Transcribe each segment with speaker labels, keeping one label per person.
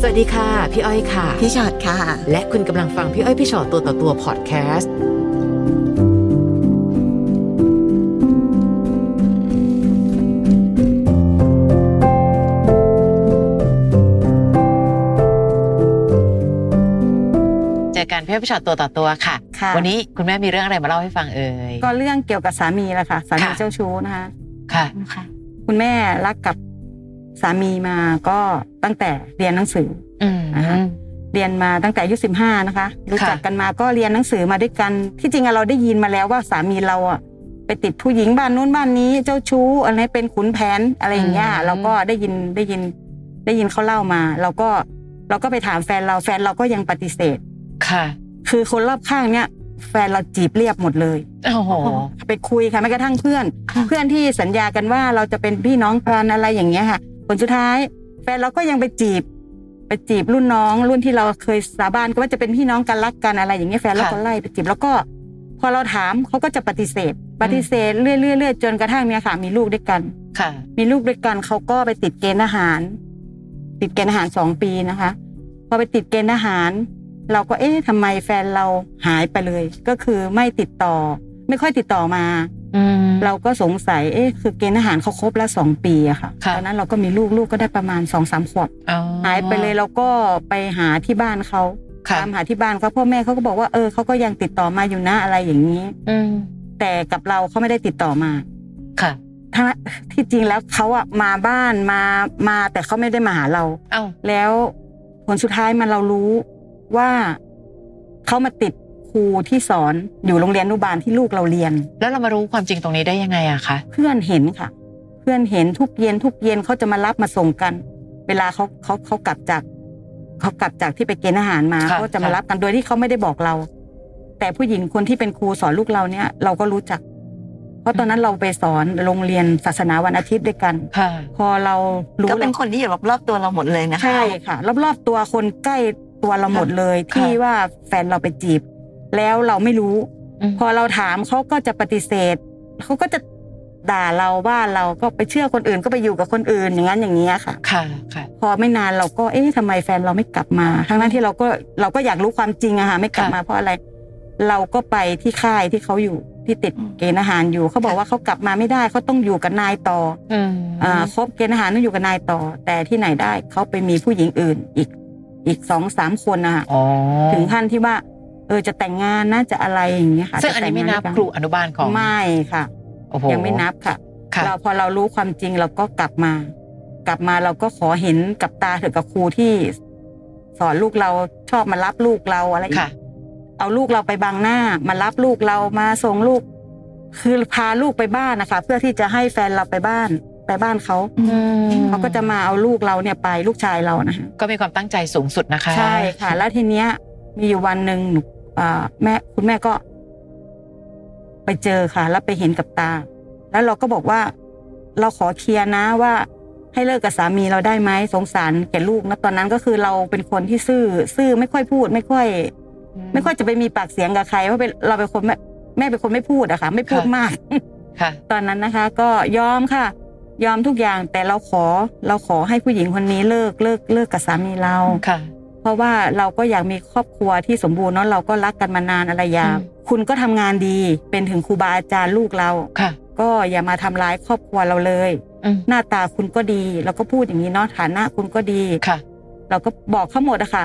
Speaker 1: สวัสดีค่ะ พี่อ้อยค่ะ
Speaker 2: พี่ชอดค่ะ
Speaker 1: และคุณกำลังฟังพี่อ้อยพี่ชอตตัวต่อตัวพอดแคสต์เจอกันพี่อ้อยพี่ชอตตัวต่อตัวค่ะ
Speaker 2: ค่ะ
Speaker 1: วันนี้คุณแม่มีเรื่องอะไรมาเล่าให้ฟังเอ่ย
Speaker 2: ก็เรื่องเกี่ยวกับสามีแหละค่ะ สามี
Speaker 1: ค่ะ
Speaker 2: เจ้าชู้นะคะ
Speaker 1: ค่ะ
Speaker 2: คุณแม่รักกับสามีมาก็ตั้งแต่เรียนหนังสือ
Speaker 1: อืม
Speaker 2: นะคะ เรียนมาตั้งแต่อายุสิบห้านะคะ รู้จักกันมาก็เรียนหนังสือมาด้วยกัน ที่จริงอะเราได้ยินมาแล้วว่าสามีเราอะไปติดผู้หญิงบ้านนู้นบ้านนี้ เจ้าชู้อะไรเป็นขุนแผนอะไรอย่างเงี้ย
Speaker 1: อืม
Speaker 2: เราก็ได้ยินได้ยินได้ยินเขาเล่ามา เราก็เราก็ไปถามแฟนเราแฟนเราก็ยังปฏิเสธ
Speaker 1: ค่ะ
Speaker 2: คือคนรอบข้างเนี่ย แฟนเราจีบเรียบหมดเลย
Speaker 1: โอ้โห
Speaker 2: ไปคุยค่ะแม้กระทั่งเพื่อน เพื่อนที่สัญญากันว่าเราจะเป็นพี่น้องกันอะไรอย่างเงี้ยค่ะผลสุดท้าย แฟนเราก็ยังไปจีบ ไปจีบรุ่นน้อง รุ่นที่เราเคยสาบานกันว่าจะเป็นพี่น้องกันรักกันอะไรอย่างเงี้ยแฟนเราก็
Speaker 1: ค่ะ
Speaker 2: ไล่ไปจีบแล้วก็ พอเราถามเขาก็จะปฏิเสธ ปฏิเสธเรื่อยๆเรื่อยๆจนกระทั่งเนี่ยค่ะมีลูกด้วยกัน
Speaker 1: ค่ะ
Speaker 2: มีลูกด้วยกันเขาก็ไปติดเกณฑ์อาหาร ติดเกณฑ์อาหารสองปีนะคะ พอไปติดเกณฑ์อาหาร เราก็เอ๊ะทำไมแฟนเราหายไปเลย ก็คือไม่ติดต่อ ไม่ค่อยติดต่อมา
Speaker 1: อืม
Speaker 2: เราก็สงสัย เอ๊ะ คือเกณฑ์อาหารเขาครบแล้วสองปีอะค่ะ
Speaker 1: ค่ะ
Speaker 2: ตอนนั้นเราก็มีลูกลูกก็ได้ประมาณสองสามขวบ
Speaker 1: อ๋อ
Speaker 2: หายไปเลยเราก็ไปหาที่บ้านเขา
Speaker 1: ค่ะ
Speaker 2: ตามหาที่บ้านเขาพ่อแม่เขาก็บอกว่าเออเขาก็ยังติดต่อมาอยู่นะอะไรอย่างนี้
Speaker 1: อืม
Speaker 2: แต่กับเราเขาไม่ได้ติดต่อมา
Speaker 1: ค่ะ
Speaker 2: ทั้งที่จริงแล้วเขาอะมาบ้านมามาแต่เขาไม่ได้มาหาเรา
Speaker 1: เอ้า
Speaker 2: แล้วผลสุดท้ายมันเรารู้ว่าเขามาติดครูที่สอนอยู่โรงเรียนอนุบาลที่ลูกเราเรียน
Speaker 1: แล้วเรามารู้ความจริงตรงนี้ได้ยังไงอะคะ
Speaker 2: เพื่อนเห็นค่ะ เพื่อนเห็นทุกเย็นทุกเย็นเขาจะมารับมาส่งกัน เวลาเขาเขาเขากลับจากเขากลับจากที่ไปเกณฑ์อาหารมา
Speaker 1: ค่ะ
Speaker 2: เขาจะมารับกันโดยที่เขาไม่ได้บอกเรา แต่ผู้หญิงคนที่เป็นครูสอนลูกเราเนี่ย เราก็รู้จัก เพราะตอนนั้นเราไปสอนโรงเรียนศาสนาวันอาทิตย์ด้วยกัน
Speaker 1: ค่ะ
Speaker 2: พอเรารู้
Speaker 3: ก็เป็น
Speaker 2: แหละ
Speaker 3: คนที่อยู่รอบๆตัวเราหมดเลยนะคะ
Speaker 2: ใช่ค่ะรอบๆตัวคนใกล้ตัวเราหมดเลย
Speaker 3: ค่ะ
Speaker 2: ที่ว่าแฟนเราไปจีบ แล้วเราไม่รู้ พอเราถามเขาก็จะปฏิเสธ เขาก็จะด่าเราว่าเราก็ไปเชื่อคนอื่นก็ไปอยู่กับคนอื่นอย่างนั้นอย่างนี้ยค่ะ
Speaker 1: ค่ะ ค่ะ
Speaker 2: พอไม่นานเราก็เอ๊ะทำไมแฟนเราไม่กลับมาทั้งนั้นที่เราก็เราก็อยากรู้ความจริงอะค่ะไม่กลับมาเพราะอะไร เราก็ไปที่ค่ายที่เขาอยู่ที่ติดเกณฑ์อาหารอยู่เขาบอกว่าเขากลับมาไม่ได้เขาต้องอยู่กับนายต่อ
Speaker 1: อืม
Speaker 2: ออ่าครบเกณฑ์อาหารต้องอยู่กับนายต่อ แต่ที่ไหนได้เขาไปมีผู้หญิงอื่นอีกอีกสองสามคนนะคะ
Speaker 1: อ๋อ
Speaker 2: ถึงขั้นที่ว่า เออจะแต่งงานนะจะอะไรอย่างเงี้ยค่ะ
Speaker 1: ซึ่งอันนี้ไม่
Speaker 2: จะแต่งงา
Speaker 1: นับ
Speaker 2: ด้วยกั
Speaker 1: ครูอนุบาลของ
Speaker 2: ไม่ค่ะ
Speaker 1: โอ้โห
Speaker 2: ยังไม่นับค่ะ
Speaker 1: ค่ะ
Speaker 2: เราพอเรารู้ความจริงเราก็กลับมา กลับมาเราก็ขอเห็นกับตาเถอะกับครูที่ สอนลูกเราชอบมารับลูกเราอะไรอีก
Speaker 1: ค่ะ
Speaker 2: เอาลูกเราไปบังหน้า มารับลูกเรามาส่งลูก คือพาลูกไปบ้านนะคะ เพื่อที่จะให้แฟนเราไปบ้านไปบ้านเขาเขาก็จะมาเอาลูกเราเนี่ยไปลูกชายเรานะคะ
Speaker 1: ก็มีความตั้งใจสูงสุดนะคะ
Speaker 2: ใช่ค่ะ แล้วทีเนี้ย มีอยู่วันหนึ่งหนูอ่าแม่คุณแม่ก็ ไปเจอค่ะ แล้วไปเห็นกับตา แล้วเราก็บอกว่า เราขอเคลียร์นะว่า ให้เลิกกับสามีเราได้ไหมสงสารแก่ลูกนะตอนนั้นก็คือเราเป็นคนที่ซื่อ ซื่อไม่ค่อยพูด ไม่ค่อย ไม่ค่อยจะไปมีปากเสียงกับใครเพราะเป็นเราเป็นคนแม่แม่เป็นคนไม่พูดอะค่ะ ไม่พูดมาก
Speaker 1: ค่ะ
Speaker 2: ตอนนั้นนะคะ ก็ยอมค่ะ ยอมทุกอย่าง แต่เราขอ เราขอให้ผู้หญิงคนนี้เลิกเลิกเลิกกับสามีเรา
Speaker 1: ค่ะ
Speaker 2: เพราะว่าเราก็อยากมีครอบครัวที่สมบูรณ์เนาะเราก็รักกันมานานอะไรอยาง
Speaker 1: อืม
Speaker 2: คุณก็ทำงานดี เป็นถึงครูบาอาจารย์ลูกเรา
Speaker 1: ค่ะ
Speaker 2: ก็อย่ามาทำร้ายครอบครัวเราเลย
Speaker 1: อืม
Speaker 2: หน้าตาคุณก็ดีเราก็พูดอย่างนี้เนาะฐานะคุณก็ดี
Speaker 1: ค่ะ
Speaker 2: เราก็บอกเขาหมดอะค่ะ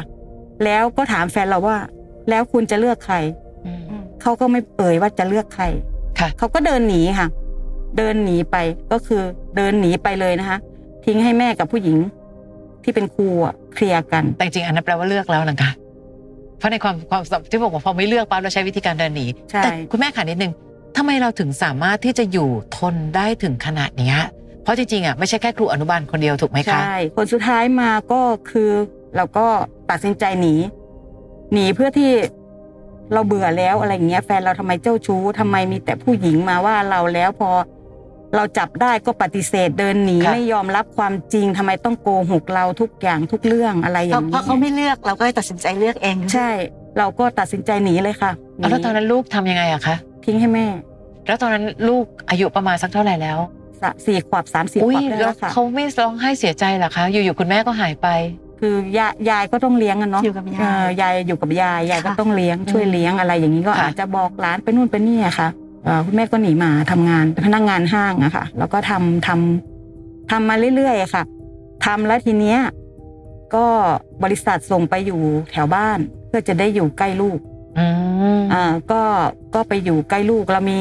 Speaker 2: แล้วก็ถามแฟนเราว่า แล้วคุณจะเลือกใคร เขาก็ไม่เอ่ยว่าจะเลือกใคร
Speaker 1: ค่ะ
Speaker 2: เขาก็เดินหนีค่ะ เดินหนีไปก็คือเดินหนีไปเลยนะคะ ทิ้งให้แม่กับผู้หญิง ที่เป็นครูอะเคลียร์กัน
Speaker 1: แต่จริงๆอันนั้นแปลว่าเลือกแล้วนะคะเพราะในความความที่บอกว่าพอไม่เลือกปั๊บเราใช้วิธีการเดินหนี
Speaker 2: ใช่
Speaker 1: แต่คุณแม่ค่ะนิดนึงทำไมเราถึงสามารถที่จะอยู่ทนได้ถึงขนาดเนี้ยเพราะจริงๆอ่ะไม่ใช่แค่ครูอนุบาลคนเดียวถูกไหมคะ
Speaker 2: ใช่ คนสุดท้ายมาก็คือเราก็ตัดสินใจหนี หนีเพื่อที่เราเบื่อแล้วอะไรอย่างเงี้ย แฟนเราทำไมเจ้าชู้ทำไมมีแต่ผู้หญิงมาว่าเราแล้วพอ เราจับได้ก็ปฏิเสธเดินหนี
Speaker 1: ค่ะ
Speaker 2: ไม่ยอมรับความจริงทำไมต้องโกหกเราทุกอย่างทุกเรื่องอะไรอ
Speaker 3: เพราะ
Speaker 2: ย่าง
Speaker 3: เพราะเขา
Speaker 2: นี้
Speaker 3: ไม่เลือกเราก็ตัดสินใจเลือกเอง
Speaker 2: ใช่ เราก็ตัดสินใจหนีเลยค่ะห
Speaker 1: เอาแล้วตอนนั้นลูกทำยังไงอะคะ
Speaker 2: ทิ้งให้แม่
Speaker 1: แล้วตอนนั้นลูกอายุประมาณสักเท่าไหร่แล้ว
Speaker 2: สะสี่ขวบสามสี่ข
Speaker 1: อุ้ยว
Speaker 2: บได้
Speaker 1: แล้
Speaker 2: แล้ว วค่ะ
Speaker 1: เขาไม่ร้องไห้เสียใจเหรอคะ อยู่ๆคุณแม่ก็หายไป
Speaker 2: ค คือยายยายก็ต้องเลี้ยงอะเนาะ
Speaker 3: อยู่กับยา
Speaker 2: เอ่อย ยายอยู่กับยายยายก็
Speaker 3: ค่ะ
Speaker 2: ต้องเลี้ยง
Speaker 3: อืม
Speaker 2: ช่วยเลี้ยงอะไรอย่างนี้ก็
Speaker 1: ค่ะ
Speaker 2: อาจจะบอกหลานไปนู่นไปนี่อะค่ะเอ่อคุณแม่ก็หนีมาทำงานเป็นพนักงานห้างอะค่ะแล้วก็ทำทำทำมาเรื่อยๆอะค่ะทำแล้วทีเนี้ยก็บริษัทส่งไปอยู่แถวบ้าน เพื่อจะได้อยู่ใกล้ลูก
Speaker 1: อืม
Speaker 2: อ่าก็ก็ไปอยู่ใกล้ลูกเรามี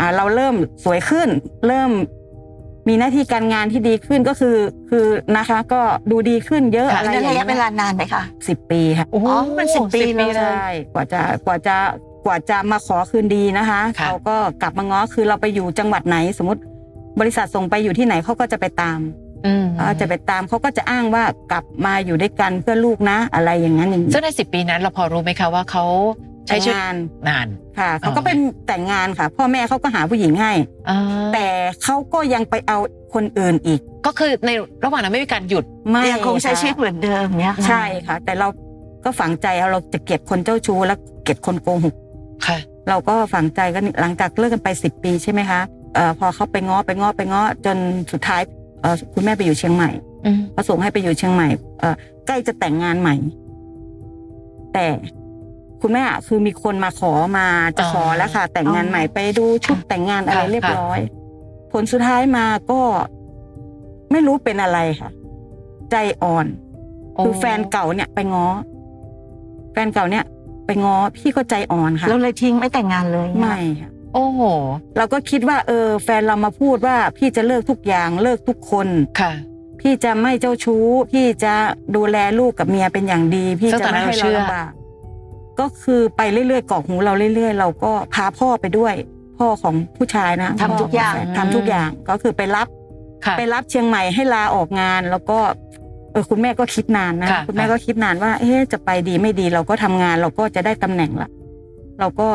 Speaker 2: อ่าเราเริ่มสวยขึ้น เริ่มมีหน้าที่การงานที่ดีขึ้นก็คือคือนะคะ ก็ดูดีขึ้นเยอะ
Speaker 3: ค่ะ
Speaker 2: อะไรอย่าง
Speaker 3: แล้วระยะเว
Speaker 2: เงี้ย
Speaker 3: ลานานไหมคะ
Speaker 2: สิบปีค่ะ
Speaker 1: โอ้โห
Speaker 3: อ๋อมันสิบปีเลย
Speaker 1: เลย
Speaker 2: ใช่กว่าจะกว่าจะกว่าจะมาขอคืนดีนะคะ
Speaker 1: ค่ะ
Speaker 2: เขาก็กลับมาง้อคือเราไปอยู่จังหวัดไหน สมมติบริษัทส่งไปอยู่ที่ไหนเขาก็จะไปตาม
Speaker 1: อืม
Speaker 2: เขาจะไปตามเขาก็จะอ้างว่ากลับมาอยู่ด้วยกันเพื่อลูกนะ อะไรอย่างนั้นอย่างนี้
Speaker 1: ซึ่งในสิบปีนั้นเราพอรู้ไหมคะว่าเขาใช้ชีวิต
Speaker 2: แต่งงาน
Speaker 1: นาน
Speaker 2: ค่ะเขาก็
Speaker 1: อ๋อ
Speaker 2: เป็นแต่งงานค่ะ พ่อแม่เขาก็หาผู้หญิงให้
Speaker 1: อ่า
Speaker 2: แต่เขาก็ยังไปเอาคนอื่นอีก
Speaker 1: ก็คือในระหว่างนั้นไม่มีการหยุด
Speaker 2: ไม่
Speaker 3: ยังคงใช้ชีวิตเหมือนเดิมเนี่ย
Speaker 2: ใช่ค่ะ แต่เราก็ฝังใจเอาเราจะเกลียดคนเจ้าชู้และเกลียดคนโกหก
Speaker 1: ค่ะ
Speaker 2: เราก็ฝังใจกันหลังจากเลิกกันไปสิบปีใช่ไหมคะเอ่อพอเขาไปง้อไปง้อไปง้อจนสุดท้ายเอ่อคุณแม่ไปอยู่เชียงใหม่
Speaker 1: อืม
Speaker 2: เขาส่งให้ไปอยู่เชียงใหม่เอ่อใกล้จะแต่งงานใหม่ แต่คุณแม่อะคือมีคนมาขอมาจะขอแล้วค่ะ แต่งงานใหม่ไปดูชุดแต่งงานอะไรเรียบร้อย ผลสุดท้ายมาก็ไม่รู้เป็นอะไรค่ะ ใจอ่อน คือแฟนเก่าเนี่ยไปง้อ แฟนเก่าเนี่ย ไปง้อพี่ก็ใจอ่อนค่ะ
Speaker 3: แล้วเลยทิ้งไม่แต่งงานเลยเนี่ย
Speaker 2: ไม่ค่ะ
Speaker 1: โอ้โห
Speaker 2: เราก็คิดว่า เออ แฟนเรามาพูดว่า พี่จะเลิกทุกอย่างเลิกทุกคน
Speaker 1: ค่ะ
Speaker 2: พี่จะไม่เจ้าชู้ พี่จะดูแลลูกกับเมียเป็นอย่างดี พี่
Speaker 1: ซึ่ง
Speaker 2: จะ
Speaker 1: ตอนนั้น
Speaker 2: ไม่ให้
Speaker 1: เราเชื่
Speaker 2: เรา
Speaker 1: อ
Speaker 2: ลำบากก็คือไปเรื่อยๆกรอกหูเราเรื่อย ๆ เราก็พาพ่อไปด้วย พ่อของผู้ชายนะ
Speaker 3: ทำทุกอย่าง
Speaker 2: พ่ขแฟนทำทุกอย่างก็คือไปรับ
Speaker 1: ค่ะ
Speaker 2: ไปรับเชียงใหม่ให้ลาออกงาน แล้วก็เออคุณแม่ก็คิดนานนะ
Speaker 1: ค่ะ
Speaker 2: ณแม่ก็คิดนานว่า เอ๊ะจะไปดีไม่ดีเราก็ทำงาน เราก็จะได้ตำแหน่งละเราก็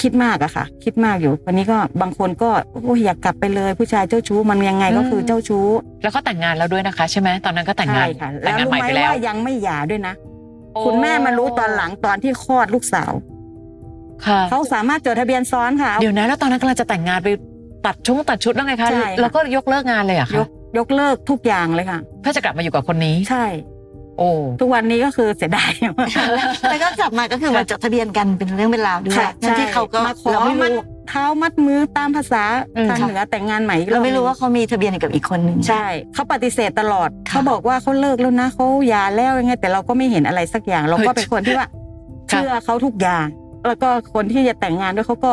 Speaker 2: คิดมากอะค่ะ คิดมากอยู่วันนี้ก็บางคนก็โอ้ยอยากกลับไปเลยผู้ชายเจ้าชู้มันยังไงก็คือ
Speaker 1: ม
Speaker 2: เจ้าชู้
Speaker 1: แล้วก็แต่งงานแล้วด้วยนะคะ ใช่ไหมตอนนั้นก็แต่งงาน
Speaker 2: ใช่ค่ะ
Speaker 1: แต่
Speaker 2: แล้
Speaker 1: ง
Speaker 2: ว
Speaker 1: งาน
Speaker 2: รู้
Speaker 1: ใหม่
Speaker 2: ไหม
Speaker 1: ไปแล้ว
Speaker 2: ว่ายังไม่หย่าด้วยนะ
Speaker 1: โอ้
Speaker 2: คุณแม่มารู้ตอนหลังตอนที่คลอดลูกสาว
Speaker 1: ค่ะ
Speaker 2: เขาสามารถจดทะเบียนซ้อนค่ะ
Speaker 1: เดี๋ยวนะแล้วตอนนั้นกำลังจะแต่งงานไปตัดชงตัดชุดแล้วไงคะ
Speaker 2: ใช่ค่ะ
Speaker 1: แล้วก็ยกเลิกงานเลยเหรอะ
Speaker 2: ย
Speaker 1: คะ
Speaker 2: กยกเลิกทุกอย่างเลยค่ะ
Speaker 1: เพื่อจะกลับมาอยู่กับคนนี้
Speaker 2: ใช่
Speaker 1: โอ้
Speaker 2: ทุกวันนี้ก็คือเสียดายมาก
Speaker 3: แล้วก็กลับมาก็คือมาจดทะเบียนกันเป็นเรื่องเป็นราวด้วย
Speaker 2: ค่ะ
Speaker 3: ทั้งที่เขาก็
Speaker 2: มาขอ
Speaker 3: เราไม่
Speaker 2: มัด
Speaker 3: รู้
Speaker 2: เท้ามัดมือตามภาษา
Speaker 1: อืม
Speaker 2: ทางเหนือแต่งงานใหม่อีกอบ
Speaker 3: เราไม่รู้ว่าเขามีทะเบียนกับอีกคนหนึ่ง
Speaker 2: ใช่เขาปฏิเสธตลอด
Speaker 3: ค่ะ
Speaker 2: เขาบอกว่าเขาเลิกแล้วนะเขาหยาแล้วยังไงแต่เราก็ไม่เห็นอะไรสักอย่าง เราก็เป็นคนที่ว่า เชื่อเขาทุกอย่าง แล้วก็คนที่จะแต่งงานด้วยเขาก็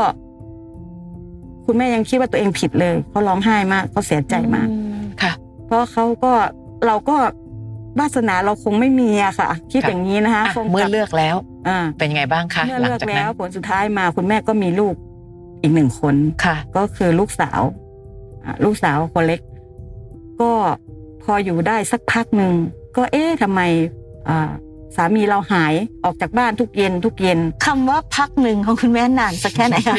Speaker 2: คุณแม่ยังคิดว่าตัวเองผิดเลยเขาร้องไห้มากเขาเสียใจมาก
Speaker 1: อืค่ะ
Speaker 2: เพราะเขาก็เราก็วาสนาเราคงไม่มีอะค่ะ คิด
Speaker 1: ค่ะ
Speaker 2: อย่างนี้นะคะ
Speaker 1: อ่ะ
Speaker 2: คง
Speaker 1: เมื่อ
Speaker 2: ลับ
Speaker 1: เลือกแล้ว
Speaker 2: อ่า
Speaker 1: เป็นยังไงบ้างคะ
Speaker 2: เมื่อ
Speaker 1: หลั
Speaker 2: เลื
Speaker 1: ง
Speaker 2: อก
Speaker 1: จากนั้น
Speaker 2: แล้วผลสุดท้ายมา คุณแม่ก็มีลูกอีกหนึ่งคน
Speaker 1: ค่ะ
Speaker 2: ก็คือลูกสาวอ่ะลูกสาวคนเล็ก ก็พออยู่ได้สักพักหนึ่งก็เอ๊ะทำไมอ่าสามีเราหายออกจากบ้านทุกเย็นทุกเย็น
Speaker 3: คำว่าพักหนึ่งของคุณแม่นานสักแค่ไหน คะ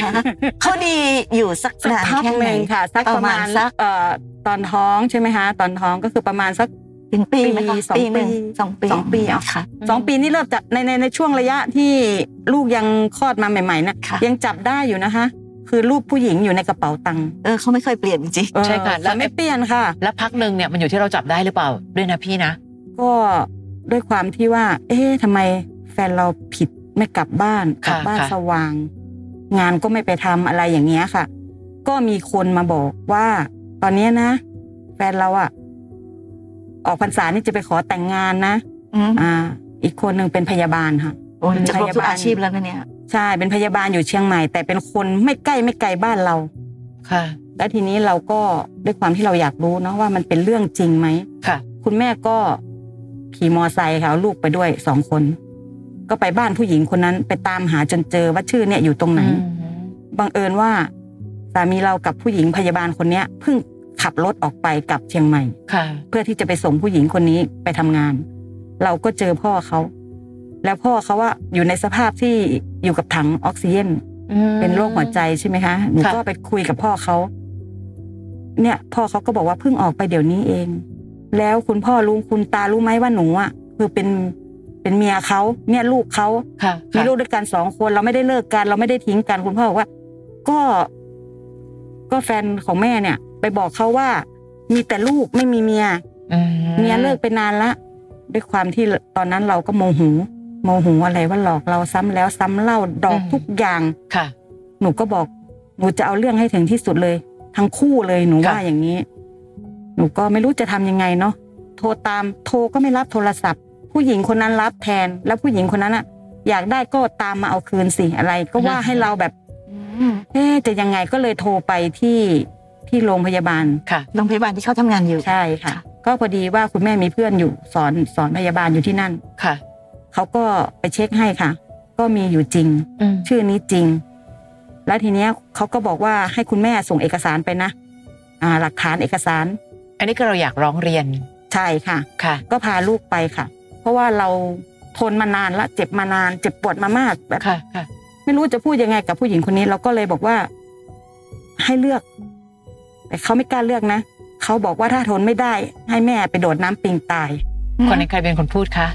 Speaker 3: เขาดีอยู่สัก
Speaker 2: สัก
Speaker 3: นาน
Speaker 2: พัก
Speaker 3: แค่
Speaker 2: ห
Speaker 3: ไหน
Speaker 2: นึ่งค่ะ สักประ
Speaker 3: ประ
Speaker 2: มาณ
Speaker 3: มาณสัก
Speaker 2: เอ่อตอนท้องใช่ไหมคะ ตอนท้องก็คือประมาณสัก
Speaker 3: เป็นปีไหมคะ
Speaker 2: ปีสองปี
Speaker 3: หนึ่งสองปี
Speaker 2: สองปีอ่ะ
Speaker 3: ค่ะ
Speaker 1: อืม
Speaker 2: สองปีนี่เริ่มจากในในในช่วงระยะที่ลูกยังคลอดมาใหม่ๆนะ
Speaker 3: ค่ะ
Speaker 2: ยังจับได้อยู่นะคะ คือรูปผู้หญิงอยู่ในกระเป๋าตังค์
Speaker 3: เออเขาไม่เคยเปลี่ยนจริง
Speaker 2: เออ
Speaker 1: ใช่ค่ะแล้ว
Speaker 2: แต่ไม่เปลี่ยนค่ะ
Speaker 1: แล้วพักหนึ่งเนี่ยมันอยู่ที่เราจับได้หรือเปล่าด้วยนะพี่นะ
Speaker 2: ก็ด้วยความที่ว่า เอ๊ะทำไมแฟนเราผิดไม่กลับบ้าน ก
Speaker 1: ค่ะ
Speaker 2: ลับบ้าน
Speaker 1: ค่ะ
Speaker 2: สว่าง งานก็ไม่ไปทำอะไรอย่างเงี้ยค่ะ ก็มีคนมาบอกว่า ตอนเนี้ยนะ แฟนเราอะออกพรรษานี่จะไปขอแต่งงานนะ
Speaker 3: ๆอืม
Speaker 2: อ่า อีกคนหนึ่งเป็นพยาบาลค่ะ
Speaker 3: โอ้ยจะครบทุกอาชีพแล้วนะเนี่ย
Speaker 2: ใช่เป็นพยาบาลอยู่เชียงใหม่ แต่เป็นคนไม่ใกล้ไม่ไกลบ้านเรา
Speaker 1: ค่ะ
Speaker 2: และทีนี้เราก็ด้วยความที่เราอยากรู้เนาะว่ามันเป็นเรื่องจริงไหม
Speaker 1: ค่ะ
Speaker 2: คุณแม่ก็ขี่มอไซค์ค่ะเอาลูกไปด้วยสองคน ก็ไปบ้านผู้หญิงคนนั้นไปตามหาจนเจอว่าชื่อเนี่ยอยู่ตรงไหนบังเอิญว่า สามีเรากับผู้หญิงพยาบาลคนเนี้ยเพิ่งขับรถออกไปกลับเชียงใหม่
Speaker 1: ค่ะ
Speaker 2: เพื่อที่จะไปส่งผู้หญิงคนนี้ไปทำงาน เราก็เจอพ่อเขา แล้วพ่อเขาว่าอยู่ในสภาพที่อยู่กับถังออกซิเจน เป็นโรคหัวใจใช่ไหมคะ หนู
Speaker 1: ค่ะ
Speaker 2: ก็ไปคุยกับพ่อเขา เนี่ยพ่อเขาก็บอกว่าเพิ่งออกไปเดี๋ยวนี้เอง แล้วคุณพ่อรู้คุณตารู้ไหมว่าหนูอ่ะคือเป็นเป็นเมียเขาเนี่ยลูกเขา
Speaker 1: ค่ะ
Speaker 2: มีลูกด้วยกันสองคนเราไม่ได้เลิกกัน เราไม่ได้ทิ้งกันคุณพ่อบอกว่า ก็ ก็แฟนของแม่เนี่ย ไปบอกเขาว่า มีแต่ลูกไม่มีเมีย
Speaker 1: อื
Speaker 2: เมียเลิกไปนานละ ด้วยความที่ตอนนั้นเราก็โมโหโมโหอะไรว่าหลอกเราซ้ำแล้วซ้ำเล่าดอก
Speaker 1: อืม
Speaker 2: ทุกอย่าง
Speaker 1: ค่ะ
Speaker 2: หนูก็บอก หนูจะเอาเรื่องให้ถึงที่สุดเลย ทั้งคู่เลยหนู
Speaker 1: ค่ะ
Speaker 2: ว่าอย่างนี้ หนูก็ไม่รู้จะทำยังไงเนาะโทรตามโทรก็ไม่รับโทรศัพท์ ผู้หญิงคนนั้นรับแทน แล้วผู้หญิงคนนั้นอะอยากได้ก็ตามมาเอาคืนสิอะไร ก็ว่าให้เราแบบ
Speaker 3: อืม
Speaker 2: เอ๊ะจะยังไงก็เลยโทรไปที่ที่โรงพยาบาล
Speaker 1: ค่ะ
Speaker 3: โรงพยาบาลที่เขาทำงานอยู่
Speaker 2: ใช่ค่ะ
Speaker 3: ค่ะ
Speaker 2: ก็พอดีว่าคุณแม่มีเพื่อนอยู่สอนสอนพยาบาลอยู่ที่นั่น
Speaker 1: ค่ะ
Speaker 2: เขาก็ไปเช็คให้ค่ะ ก็มีอยู่จริง
Speaker 1: อืม
Speaker 2: ชื่อนี้จริง แล้วทีเนี้ยเขาก็บอกว่าให้คุณแม่ส่งเอกสารไปนะ อ่า หลักฐานเอกสาร
Speaker 1: อันนี้ก็เราอยากร้องเรียน
Speaker 2: ใช่ค่ะ
Speaker 1: ค่ะ
Speaker 2: ก็พาลูกไปค่ะ เพราะว่าเราทนมานานละ เจ็บมานาน เจ็บปวดมามากแบบ
Speaker 1: ค่ะค่ะ
Speaker 2: ไม่รู้จะพูดยังไงกับผู้หญิงคนนี้ เราก็เลยบอกว่า ให้เลือก แต่เขาไม่กล้าเลือกนะ เขาบอกว่าถ้าทนไม่ได้ ให้แม่ไปโดดน้ำปิงตาย
Speaker 1: คนนั้นใครเป็นคนพูดคะ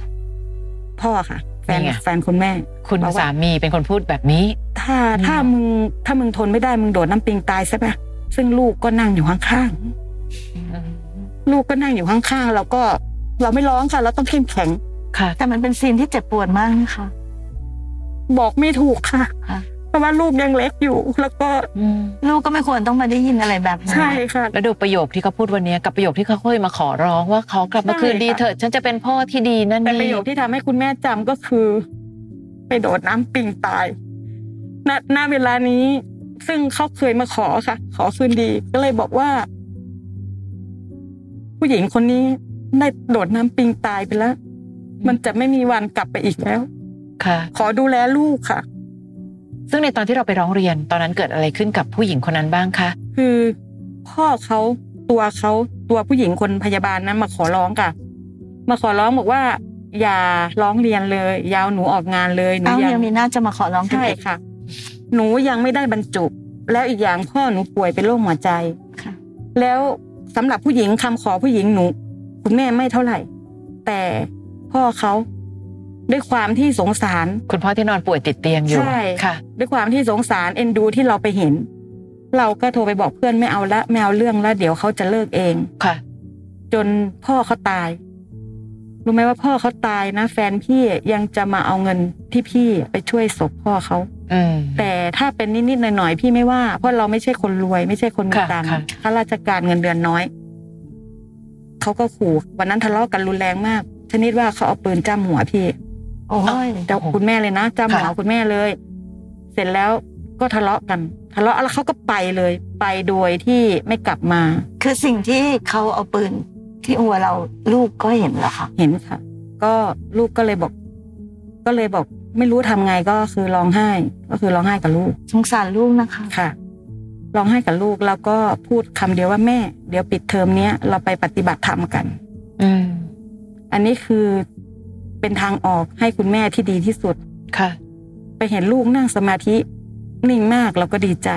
Speaker 2: พ่อค่ะ แฟน
Speaker 1: นี่ไง
Speaker 2: แฟนคุณแม่
Speaker 1: คุณ
Speaker 2: บอกว่า
Speaker 1: สามีเป็นคนพูดแบบนี้
Speaker 2: ถ้า
Speaker 1: อืม
Speaker 2: ถ้ามึงถ้ามึงทนไม่ได้มึงโดดน้ำปิงตายใช่ไหมซึ่งลูกก็นั่งอยู่ข้างๆ
Speaker 1: อืม
Speaker 2: ลูกก็นั่งอยู่ข้างๆ แล้วก็เราไม่ร้องค่ะ เราต้องเข้มแข็ง
Speaker 1: ค่ะ
Speaker 3: แต่มันเป็นซีนที่เจ็บปวดมากนะคะ
Speaker 2: บอกไม่ถูกค่ะ
Speaker 3: ค่ะ
Speaker 2: เพราะว่าลูกยังเล็กอยู่ แล้วก็
Speaker 1: อืม
Speaker 3: ลูกก็ไม่ควรต้องมาได้ยินอะไรแบบนี้น
Speaker 2: ใช่ค่ะ
Speaker 1: แล้วดูประโยคที่เขาพูดวันนี้กับประโยคที่เขาค่อยมาขอร้องว่าเขากลับมา
Speaker 2: ใช่
Speaker 1: คืนดี
Speaker 2: ค่ะ
Speaker 1: เถอะฉันจะเป็นพ่อที่ดีนั่น
Speaker 2: แต่
Speaker 1: นี่
Speaker 2: ประโยคที่ทำให้คุณแม่จำก็คือ ไปโดดน้ำปิงตายณณเวลานี้ ซึ่งเขาเคยมาขอค่ะ ขอคืนดี ก็เลยบอกว่า ผู้หญิงคนนี้ได้โดดน้ำปิงตายไปแล้ว มันจะไม่มีวันกลับไปอีกแล้ว
Speaker 1: ค่ะ
Speaker 2: ขอดูแลลูกค่ะ
Speaker 1: ซึ่งในตอนที่เราไปร้องเรียนตอนนั้นเกิดอะไรขึ้นกับผู้หญิงคนนั้นบ้างคะ
Speaker 2: คือพ่อเขาตัวเขาตัวผู้หญิงคนพยาบาลนะมาขอร้องค่ะ มาขอร้องบอกว่า อย่าร้องเรียนเลยอยาวหนูออกงานเลยหนู
Speaker 3: เอ้า
Speaker 2: ยั
Speaker 3: ยัง
Speaker 2: ง
Speaker 3: มีหน้าจะมาขอร้องกัน
Speaker 2: ใช่
Speaker 3: อีก
Speaker 2: ค่ะ หนูยังไม่ได้บรรจุ แล้วอีกอย่างพ่อหนูป่วยเป็นโรคหัวใจ
Speaker 3: ค่ะ
Speaker 2: แล้วสำหรับผู้หญิงคำขอผู้หญิงหนู คุณแม่ไม่เท่าไหร่ แต่พ่อเขาด้วยความที่สงสาร
Speaker 1: คุณพ่อที่นอนป่วยติดเตียงอยู่
Speaker 2: ใช่
Speaker 1: ค่ะ
Speaker 2: ด้วยความที่สงสารเอ็นดูที่เราไปเห็น เราก็โทรไปบอกเพื่อนไม่เอาละไม่เอาเรื่องละเดี๋ยวเขาจะเลิกเอง
Speaker 1: ค่ะ
Speaker 2: จนพ่อเขาตาย รู้ไหมว่าพ่อเขาตายนะแฟนพี่ยังจะมาเอาเงินที่พี่ไปช่วยศพพ่อเขา
Speaker 1: อืม
Speaker 2: แต่ถ้าเป็นนิดๆหน่อยๆพี่ไม่ว่า เพราะเราไม่ใช่คนรวย ไม่ใช่คนมี
Speaker 1: ค่ะ
Speaker 2: ตังค์
Speaker 1: ค่ะ
Speaker 2: ข้าราชการเงินเดือนน้อย เขาก็ขู่วันนั้นทะเลาะกันรุนแรงมาก ชนิดว่าเขาเอาปืนจ้ำหัวพี่
Speaker 3: โอ้ย
Speaker 2: เจ้าคุณแม่เลยนะเจ้าหมอ
Speaker 1: ค่ะ
Speaker 2: คุณแม่เลย เสร็จแล้วก็ทะเลาะกัน ทะเลาะแล้วเขาก็ไปเลย ไปโดยที่ไม่กลับมา
Speaker 3: คือสิ่งที่เขาเอาปืนที่อัวเราลูกก็เห็นเหรอคะ
Speaker 2: เห็นค่ะ ก็ลูกก็เลยบอก ก็เลยบอก ไม่รู้ทำไงก็คือร้องไห้ ก็คือร้องไห้กับลูก
Speaker 3: สงสารลูกนะคะ
Speaker 2: ค่ะร้องไห้กับลูกแล้วก็พูดคำเดียวว่าแม่ เดี๋ยวปิดเทอมเนี้ยเราไปปฏิบัติธรรมกัน
Speaker 1: อืม
Speaker 2: อันนี้คือเป็นทางออกให้คุณแม่ที่ดีที่สุด
Speaker 1: ค่ะ
Speaker 2: ไปเห็นลูกนั่งสมาธินิ่งมากเราก็ดีใจ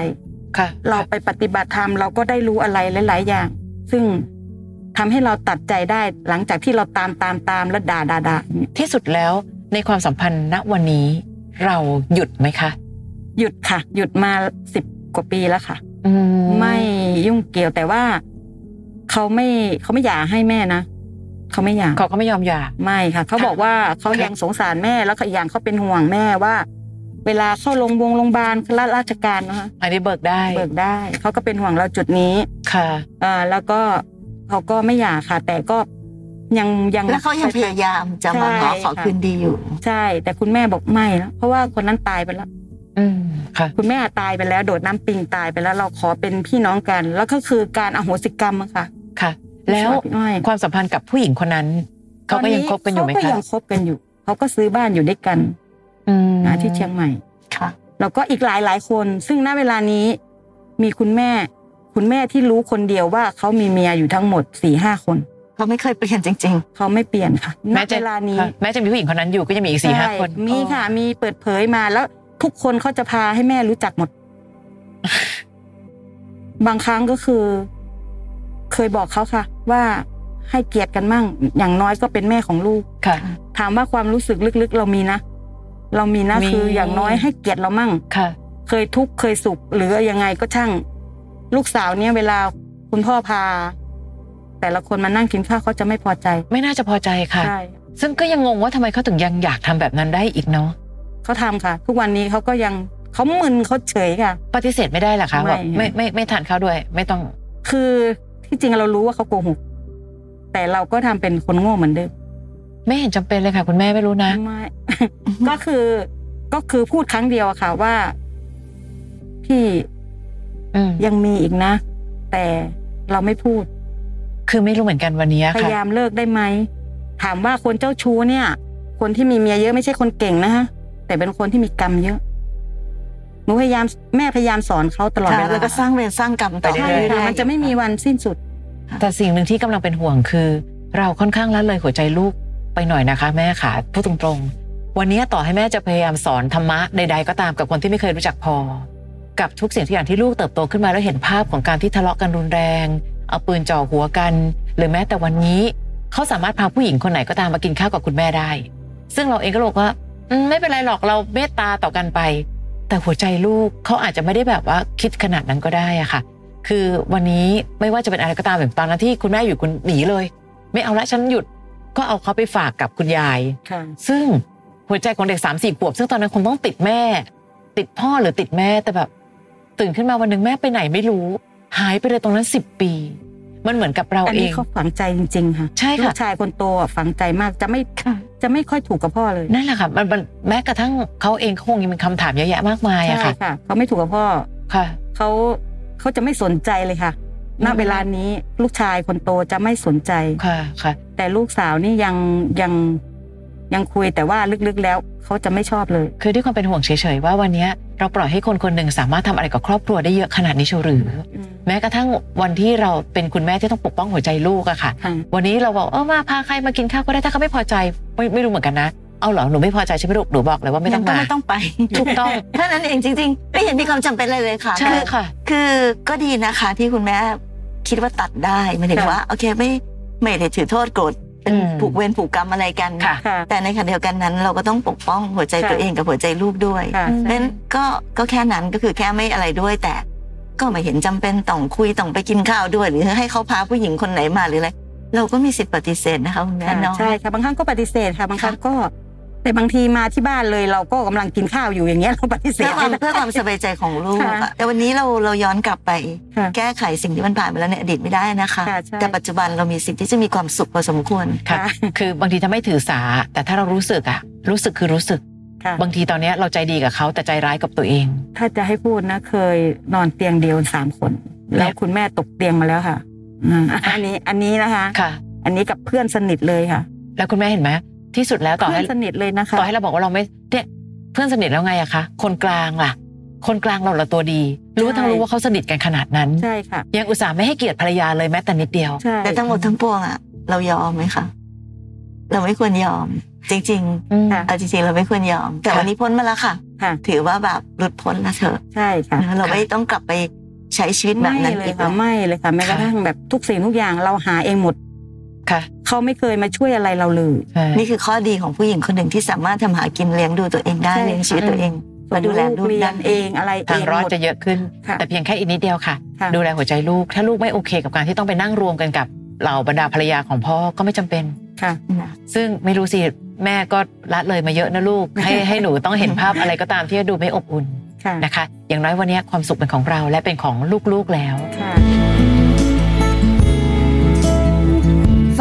Speaker 1: ค่ะ
Speaker 2: เราไปปฏิบัติธรรมเราก็ได้รู้อะไรหลาย ๆ อย่าง ซึ่งทำให้เราตัดใจได้หลังจากที่เราตามตามตามแล้วด่าด่าด่าอย่างเงี้ย
Speaker 1: ที่สุดแล้วในความสัมพันธ์ณวันนี้เราหยุดไหมคะ
Speaker 2: หยุดค่ะ หยุดมาสิบกว่าปีแล้วค่ะ
Speaker 1: อืม
Speaker 2: ไม่ยุ่งเกี่ยวแต่ว่าเขาไม่เขาไม่อยากให้แม่นะเขาไม่อยาก
Speaker 1: เขาก็ไม่ยอมหย่า
Speaker 2: ไม่ค่ะ เขาบอกว่าเขายังสงสารแม่แล้วก็อีกอย่างเขาเป็นห่วงแม่ว่า เวลาเข้าโรงพยาบาลโรงพยาบาลราชราชการนะคะ
Speaker 1: อันนี้เบิกได้
Speaker 2: เบิกได้เขาก็เป็นห่วงเราจุดนี้
Speaker 1: ค่ะ
Speaker 2: เอ่อแล้วก็เขาก็ไม่อยากค่ะ แต่ก็ยังยัง
Speaker 3: แล้วเขายังพยายามจะมาขอขอคืนดีอยู่
Speaker 2: ใช่ แต่คุณแม่บอกไม่แล้วเพราะว่าคนนั้นตายไปแล้ว
Speaker 1: อืม ค่ะ
Speaker 2: คุณแม่ตายไปแล้ว โดดน้ำปิงตายไปแล้ว เราขอเป็นพี่น้องกัน แล้วก็คือการอโหสิกรรมอะค่ะ
Speaker 1: ค่ะ แล้ว
Speaker 2: พี่อ้อย
Speaker 1: ความสัมพันธ์กับผู้หญิงคนนั้น เขาก็ยังคบกันอยู่ไหม
Speaker 2: เขาก็
Speaker 1: คะ
Speaker 2: ยังคบกันอยู่เขาก็ซื้อบ้านอยู่ด้วยกัน
Speaker 1: อืม
Speaker 2: นะที่เชียงใหม่
Speaker 3: ค่ะ
Speaker 2: แล้วก็อีกหลายหลายๆคน ซึ่งณเวลานี้มีคุณแม่ คุณแม่ที่รู้คนเดียวว่าเขามีเมียอยู่ทั้งหมดสี่ห้าคน
Speaker 3: เขาไม่เคยเปลี่ยนจริง
Speaker 2: เขาไม่เปลี่ยนค่ะณ
Speaker 1: แม้จะ
Speaker 2: เวลานี้
Speaker 1: ค่ะแม้จะมีผู้หญิงคนนั้นอยู่ก็ยังมีอีกสี่ห้า
Speaker 2: ใช่
Speaker 1: คน
Speaker 2: มีค่ะ มีเปิดเผยมาแล้วทุกคนเขาจะพาให้แม่รู้จัก หมด บางครั้งก็คือ เคยบอกเขาค่ะ ว่าให้เกียรติกันมั่ง อย่างน้อยก็เป็นแม่ของลูก
Speaker 1: ค่ะ
Speaker 2: ถามว่าความรู้สึกลึกๆ เรามีนะเรามีนะ
Speaker 1: มี
Speaker 2: คือ อย่างน้อยให้เกียรติเรามั่ง
Speaker 1: ค่ะ
Speaker 2: เคยทุกข์เคยสุข หรือยังไงก็ช่าง ลูกสาวเนี่ย เวลาคุณพ่อพา แต่ละคนมานั่งกินข้าวเขาจะไม่พอใจ
Speaker 1: ไม่น่าจะพอใจค่ะ
Speaker 2: ใช่
Speaker 1: ซึ่งก็ยังงงว่าทำไมเขาถึงยังอยากทำแบบนั้นได้อีกเนาะ
Speaker 2: เขาทำค่ะ ทุกวันนี้เขาก็ยังเขามึนเขาเฉยค่ะ
Speaker 1: ปฏิเสธไม่ได้เหรอคะ
Speaker 2: ไม่
Speaker 1: แบบไม่ไม่ไม่ทานเขาวด้วย ไม่ต้อง
Speaker 2: คือที่จริงเรารู้ว่าเขาโกหกแต่เราก็ทำเป็นคนโง่เหมือนเดิม
Speaker 1: ไม่เห็นจำเป็นเลยค่ะ คุณแม่ไม่รู้นะ
Speaker 2: ไม่ ก็คือ ก็คือพูดครั้งเดียวอะค่ะว่า พี่
Speaker 1: อืม
Speaker 2: ยังมีอีกนะ แต่เราไม่พูด
Speaker 1: คือไม่รู้เหมือนกันวันนี้
Speaker 2: พ
Speaker 1: ค่ะ
Speaker 2: ยายามเลิกได้ไหม ถามว่าคนเจ้าชู้เนี่ย คนที่มีเมียเยอะไม่ใช่คนเก่งนะฮะ แต่เป็นคนที่มีกรรมเยอะหนูพยายามแม่พยายามสอนเขาตลอด
Speaker 3: ค่ะ
Speaker 2: เวลา
Speaker 3: แล้วก็สร้างเวรสร้างกรรมต่อ
Speaker 1: ไป
Speaker 2: ใช่
Speaker 1: เรื่อยๆ
Speaker 2: ค่ะมันจะไม่มีวันสิ้นสุด
Speaker 1: แต่สิ่งหนึ่งที่กำลังเป็นห่วงคือ เราค่อนข้างละเลยหัวใจลูกไปหน่อยนะคะ แม่ค่ะพูดตรงๆ วันนี้ต่อให้แม่จะพยายามสอนธรรมะใดๆก็ตามกับคนที่ไม่เคยรู้จักพอ กับทุกสิ่งทุกอย่างที่ลูกเติบโตขึ้นมาแล้วเห็นภาพของการที่ทะเลาะกันรุนแรง เอาปืนจ่อหัวกัน หรือแม้แต่วันนี้ เขาสามารถพาผู้หญิงคนไหนก็ตามมากินข้าวกับคุณแม่ได้ ซึ่งเราเองก็บอกว่าอืมไม่เป็นไรหรอกเราเมตตาต่อกันไป แต่หัวใจลูกเขาอาจจะไม่ได้แบบว่าคิดขนาดนั้นก็ได้อะค่ะ คือวันนี้ไม่ว่าจะเป็นอะไรก็ตามแบบตอนนั้นที่คุณแม่อยู่คุณหนีเลย ไม่เอาละฉันหยุดก็เอาเขาไปฝากกับคุณยาย
Speaker 2: ค่ะ
Speaker 1: ซึ่งหัวใจของเด็กสามสี่ขวบ ซึ่งตอนนั้นคงต้องติดแม่ ติดพ่อหรือติดแม่แต่แบบ ตื่นขึ้นมาวันหนึ่งแม่ไปไหนไม่รู้ หายไปเลยตรงนั้นสิบปี มันเหมือนกับเรา
Speaker 2: อัน
Speaker 1: เอ
Speaker 2: นี้
Speaker 1: ง
Speaker 2: เขาฝังใจจริง ๆ ค่ะ
Speaker 1: ใช่
Speaker 2: ลู
Speaker 1: ค่ะ
Speaker 2: กชายคนโตอะฝังใจมากจะไม่
Speaker 3: ค่ะ
Speaker 2: จะไม่ค่อยถูกกับพ่อเลย
Speaker 1: นั่นแหละค่ะมันมันแม้กระทั่งเขาเองเขาคงยังมีคำถามเยอะแยะมากมายอะค่ะ
Speaker 2: ค่ะเขาไม่ถูกกับพ่อ
Speaker 1: ค่ะ
Speaker 2: เขาเขาจะไม่สนใจเลยค่ะ ณ
Speaker 1: อืม
Speaker 2: เวลานี้ลูกชายคนโตจะไม่สนใจ
Speaker 1: ค่ะค่ะ
Speaker 2: แต่ลูกสาวนี่ยังยังยังคุยแต่ว่าลึกๆแล้วเขาจะไม่ชอบเลย
Speaker 1: คือด้วยความเป็นห่วงเฉยๆว่าวันนี้เราปล่อยให้คนคนหนึ่งสามารถทำอะไรกับครอบครัวได้เยอะขนาดนี้เชียวหรือ แม้กระทั่งวันที่เราเป็นคุณแม่ที่ต้องปกป้องหัวใจลูกอะค่ะ
Speaker 2: ค่ะ
Speaker 1: วันนี้เราบอกเออมาพาใครมากินข้าวก็ได้ถ้าเขาไม่พอใจไม่ไม่รู้เหมือนกันนะ เอาเหรอหนูไม่พอใจใช่ไหมลูกหนูบอกเลยว่าไม่ต้อง
Speaker 3: งั้น
Speaker 1: มา
Speaker 3: ก็ไม่ต้องไป
Speaker 1: ถูกต้อง
Speaker 3: เท่านั้นเองจริง ๆ ไม่เห็นมีความจำเป็นเลยเลยค่ะ
Speaker 1: ใช่
Speaker 3: คือ
Speaker 1: ค่ะ
Speaker 3: คือก็ดีนะคะที่คุณแม่คิดว่าตัดได้หมายถึง
Speaker 2: ค่ะ
Speaker 3: ว่าโอเคไม่ไม่ได้ถือโทษโกรธเป็น
Speaker 1: อืม
Speaker 3: ผูกเวรผูกกรรมอะไรกัน
Speaker 1: ค่ะ
Speaker 2: ค่ะ
Speaker 3: แต่ในขณะเดียวกันนั้น เราก็ต้องปกป้องหัวใจ
Speaker 2: ค่ะ
Speaker 3: ตัวเองกับหัวใจลูกด้วย
Speaker 2: ค่ะ
Speaker 1: อืม
Speaker 3: เพราะฉะนั้นก็ก็แค่นั้นก็คือแค่ไม่อะไรด้วย แต่ก็ไม่เห็นจำเป็นต้องคุยต้องไปกินข้าวด้วย หรือให้เขาพาผู้หญิงคนไหนมาหรืออะไรเราก็มีสิทธิ์ปฏิเสธนะคะคุณแม่เนาะ
Speaker 2: ใช่ค่ะบางครั้งก็ปฏิเสธค่ะบางครั้งก็ แต่บางทีมาที่บ้านเลยเราก็กำลังกินข้าวอยู่อย่างเงี้ยเราปฏิเส
Speaker 3: เพื่อความ
Speaker 2: ธไม่ได้
Speaker 3: เพื่อความสบายใจของลูกอะ
Speaker 2: ค่ะ
Speaker 3: แต่วันนี้เราเราย้อนกลับไป
Speaker 2: ค่ะ
Speaker 3: แก้ไขสิ่งที่มันผ่านไปแล้วในอดีตไม่ได้นะคะ
Speaker 2: ค่ะใช่
Speaker 3: แต่ปัจจุบันเรามีสิทธิ์ที่จะมีความสุขพอสมควร
Speaker 1: ค่ะ คือบางทีถ้าไม่ถือสา แต่ถ้าเรารู้สึกอะรู้สึกคือรู้สึก
Speaker 2: ค่ะ
Speaker 1: บางทีตอนเนี้ยเราใจดีกับเขาแต่ใจร้ายกับตัวเอง
Speaker 2: ถ้าจะให้พูดนะเคยนอนเตียงเดียวสามคน แล้วคุณแม่ตกเตียงมาแล้วค่ะอืมอันนี้อันนี้นะคะ
Speaker 1: ค่ะ
Speaker 2: อันนี้กับเพื่อนสนิทเลยค่ะ
Speaker 1: แล้วคุณแม่เห็นไหมที่สุดแล้วต่อ
Speaker 2: เพื่อ
Speaker 1: ให้
Speaker 2: นสนิทเลยนะคะ
Speaker 1: ต่อให้เราบอกว่าเราไม่เนี่ยเพื่อนสนิทแล้วไงอะคะ คนกลางล่ะ คนกลางเราละตัวดี รู้ทั้งรู้ว่าเขาสนิทกันขนาดนั้น
Speaker 2: ใช่ค่ะ
Speaker 1: ยังอุตส่าห์ไม่ให้เกียรติภรรยาเลยแม้แต่นิดเดียว
Speaker 2: ใช่
Speaker 3: แต่ทั้งหมดทั้งปวงอะเรายอมไหมคะ เราไม่ควรยอม จริง
Speaker 1: อืม
Speaker 3: ๆเอาจริงๆ เราไม่ควรยอม แต่
Speaker 1: ค่ะ
Speaker 3: วันนี้พ้นมาแล้วค่ะ
Speaker 2: ค่ะ
Speaker 3: ถือว่าแบบหลุดพ้นแล้วเถอะ
Speaker 2: ใช่ค่ะ
Speaker 3: นะเราไม่ต้องกลับไปใช้ชีวิตแบบ
Speaker 2: ไม่
Speaker 3: นั้น
Speaker 2: เลย
Speaker 3: อีก
Speaker 2: ค่ะ
Speaker 3: แล้ว
Speaker 2: ไม่เลยค่ะแม้กระ
Speaker 1: ค่ะ
Speaker 2: ทั่งแบบทุกสิ่งทุกอย่างเราหาเองหมด
Speaker 1: ค่ะ
Speaker 2: เขาไม่เคยมาช่วยอะไรเราเลย
Speaker 1: ใช่
Speaker 3: นี่คือข้อดีของผู้หญิงคนหนึ่งที่สามารถทำหากินเลี้ยงดูตัวเองได้
Speaker 2: ใช่
Speaker 3: เลี้ยงชีวิตตัวเองมาดูแล
Speaker 2: ส่ง
Speaker 3: ลูก
Speaker 2: ลูกเรีย
Speaker 3: ได้
Speaker 2: นเองอะไรเอ
Speaker 1: ทาง
Speaker 2: ง
Speaker 1: รอด
Speaker 2: หมด
Speaker 1: จะเยอะขึ้น
Speaker 2: ค่ะ
Speaker 1: แต่เพียงแค่อีกนิดเดียวค่ะ
Speaker 2: ค่ะ
Speaker 1: ดูแลหัวใจลูก ถ้าลูกไม่โอเคกับการที่ต้องไปนั่งรวมกันกับเหล่าบรรดาภรรยาของพ่อก็ไม่จำเป็น
Speaker 2: ค่ะ
Speaker 1: ซึ่งไม่รู้สิแม่ก็ละเลยมาเยอะนะลู ก ให้ให้หนูต้องเห็นภาพอะไรก็ตามที่ดูไม่อบอุ่น
Speaker 2: ค่ะ
Speaker 1: นะคะ อย่างน้อยวันนี้ความสุขเป็นของเราและเป็นของลูกๆแล้ว
Speaker 2: ค่ะ
Speaker 4: ฟ